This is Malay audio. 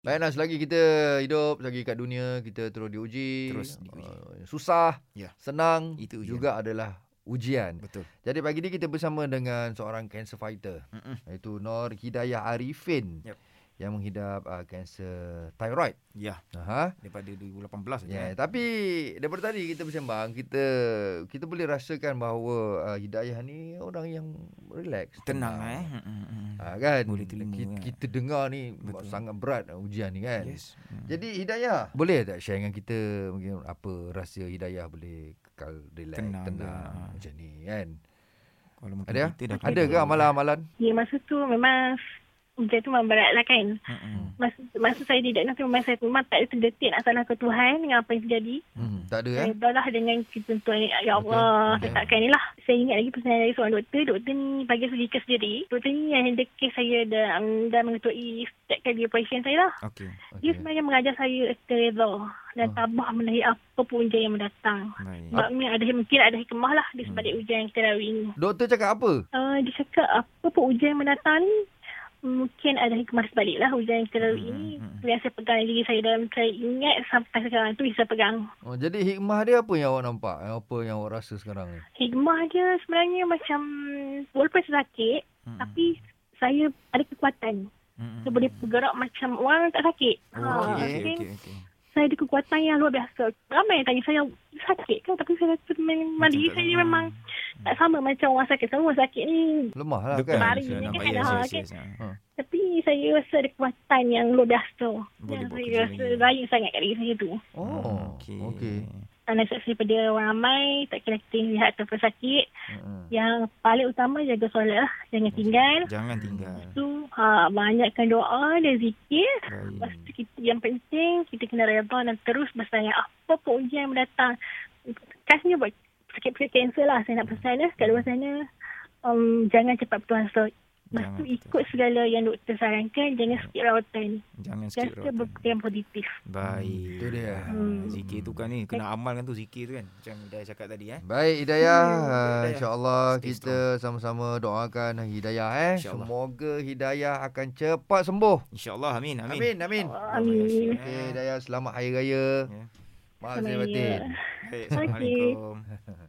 Baik Nas, lah, selagi kita hidup, selagi kat dunia, kita terus diuji. Terus diuji. Uh, susah, Ya. senang, Itu ujian. juga adalah ujian. Betul. Jadi pagi ni kita bersama dengan seorang cancer fighter. Mm-mm. Iaitu Nor Hidayah Arifin. Yep. Yang menghidap uh, kanser thyroid. Ya, Aha. daripada 2018 saja. Ya, tapi daripada tadi kita bersembang, kita kita boleh rasakan bahawa uh, Hidayah ni orang yang relax. Tenang eh. Mm, mm, mm. Ha, kan? Boleh terima, kita, kan? kita dengar ni Betul. sangat berat uh, ujian ni kan. Yes. Mm. Jadi Hidayah Boleh tak share dengan kita Mungkin apa rahsia Hidayah Boleh kekal relax Tenang, Tenang tenang ke? Ha. Macam ni kan Kalau mungkin Ada? kita dah kena Ada ke dah- amalan-amalan Ya masa tu memang Ujian tu memang berat lah kan Mm, mm. Masa, masa saya didiagnos tu memang saya memang tak ada terdetik nak salahkan Tuhan dengan apa yang terjadi. hmm, Tak ada eh Saya berdoa lah dengan ketentuan ni. Ya Betul. Allah, Okey. tetapkan ni lah. Saya ingat lagi pesanan dari seorang doktor. Doktor ni bagi saya lika sendiri. Doktor ni yang handle kes saya dan, um, dan mengetuai setiap kali operation saya lah. Okey. Ya. Dia sebenarnya mengajar saya terreza dan Oh. tabah menahi apa pun ujian yang Ya. mendatang. Baik. Sebab ni ada mungkin ada hikmah lah di sebalik Hmm. ujian yang kita lalui ni. Doktor cakap apa Uh, dia cakap apa pun ujian yang mendatang ni mungkin ada hikmah sebalik lah ujian yang kita lalui Hmm, ini. hmm, Yang saya pegang diri saya dalam saya ingat sampai sekarang tu yang saya pegang. oh, Jadi hikmah dia apa yang awak nampak Yang Apa yang awak rasa sekarang ni Hikmah dia sebenarnya macam walaupun saya sakit Mm, mm. tapi saya ada kekuatan. Mm, mm, Saya boleh bergerak macam orang tak sakit. Ah, mm. Ha, Okey, mungkin okey, okey, okey. Saya ada kekuatan yang luar biasa. Ramai yang tanya saya sakit kan tapi saya rasa memang Macam diri tak Hmm. saya sama. memang tak sama macam orang sakit. Semua orang sakit ni Lemah lah Dekat kan Lari saya ni nampak. kan Yes, ada, yes, kan? yes, ha. Tapi saya rasa ada kekuatan yang luar biasa. Boleh yang buat Ya, saya kerja rasa lagi. lain sangat kat diri saya tu. Oh Okey. Okey okay. Anak saya daripada orang ramai, tak kira kita yang lihat ataupun sakit. Yang paling utama jaga solat lah. Jangan tinggal. Jangan tinggal. Tu ha, banyakkan doa dan zikir. Lepas Baik. tu kita, yang penting kita kena redha dan terus bersaing apa pun ujian yang mendatang. Khasnya buat sakit-sakit kanser lah. Saya nak pesan lah kat luar sana. Um, jangan cepat putus asa. Lepas Jangan tu putus ikut segala yang doktor sarankan. Jangan skip rawatan. Jangan sikit Just rawatan. berfikir yang positif. Baik. Itu dia. Ah, Hmm. Zikir tu kan ni kena amalkan tu zikir tu kan. Macam dah cakap tadi eh. Baik Hidayah, Hmm, uh, Hidayah. insya-Allah Stay kita sama-sama doakan Hidayah eh. InsyaAllah. Semoga Hidayah akan cepat sembuh. InsyaAllah amin amin. Amin amin. Oh, Amin. Okey Hidayah selamat hari raya. Eh. Ya. Maaf saya Selamat Hari batin. Raya. Baik, Assalamualaikum.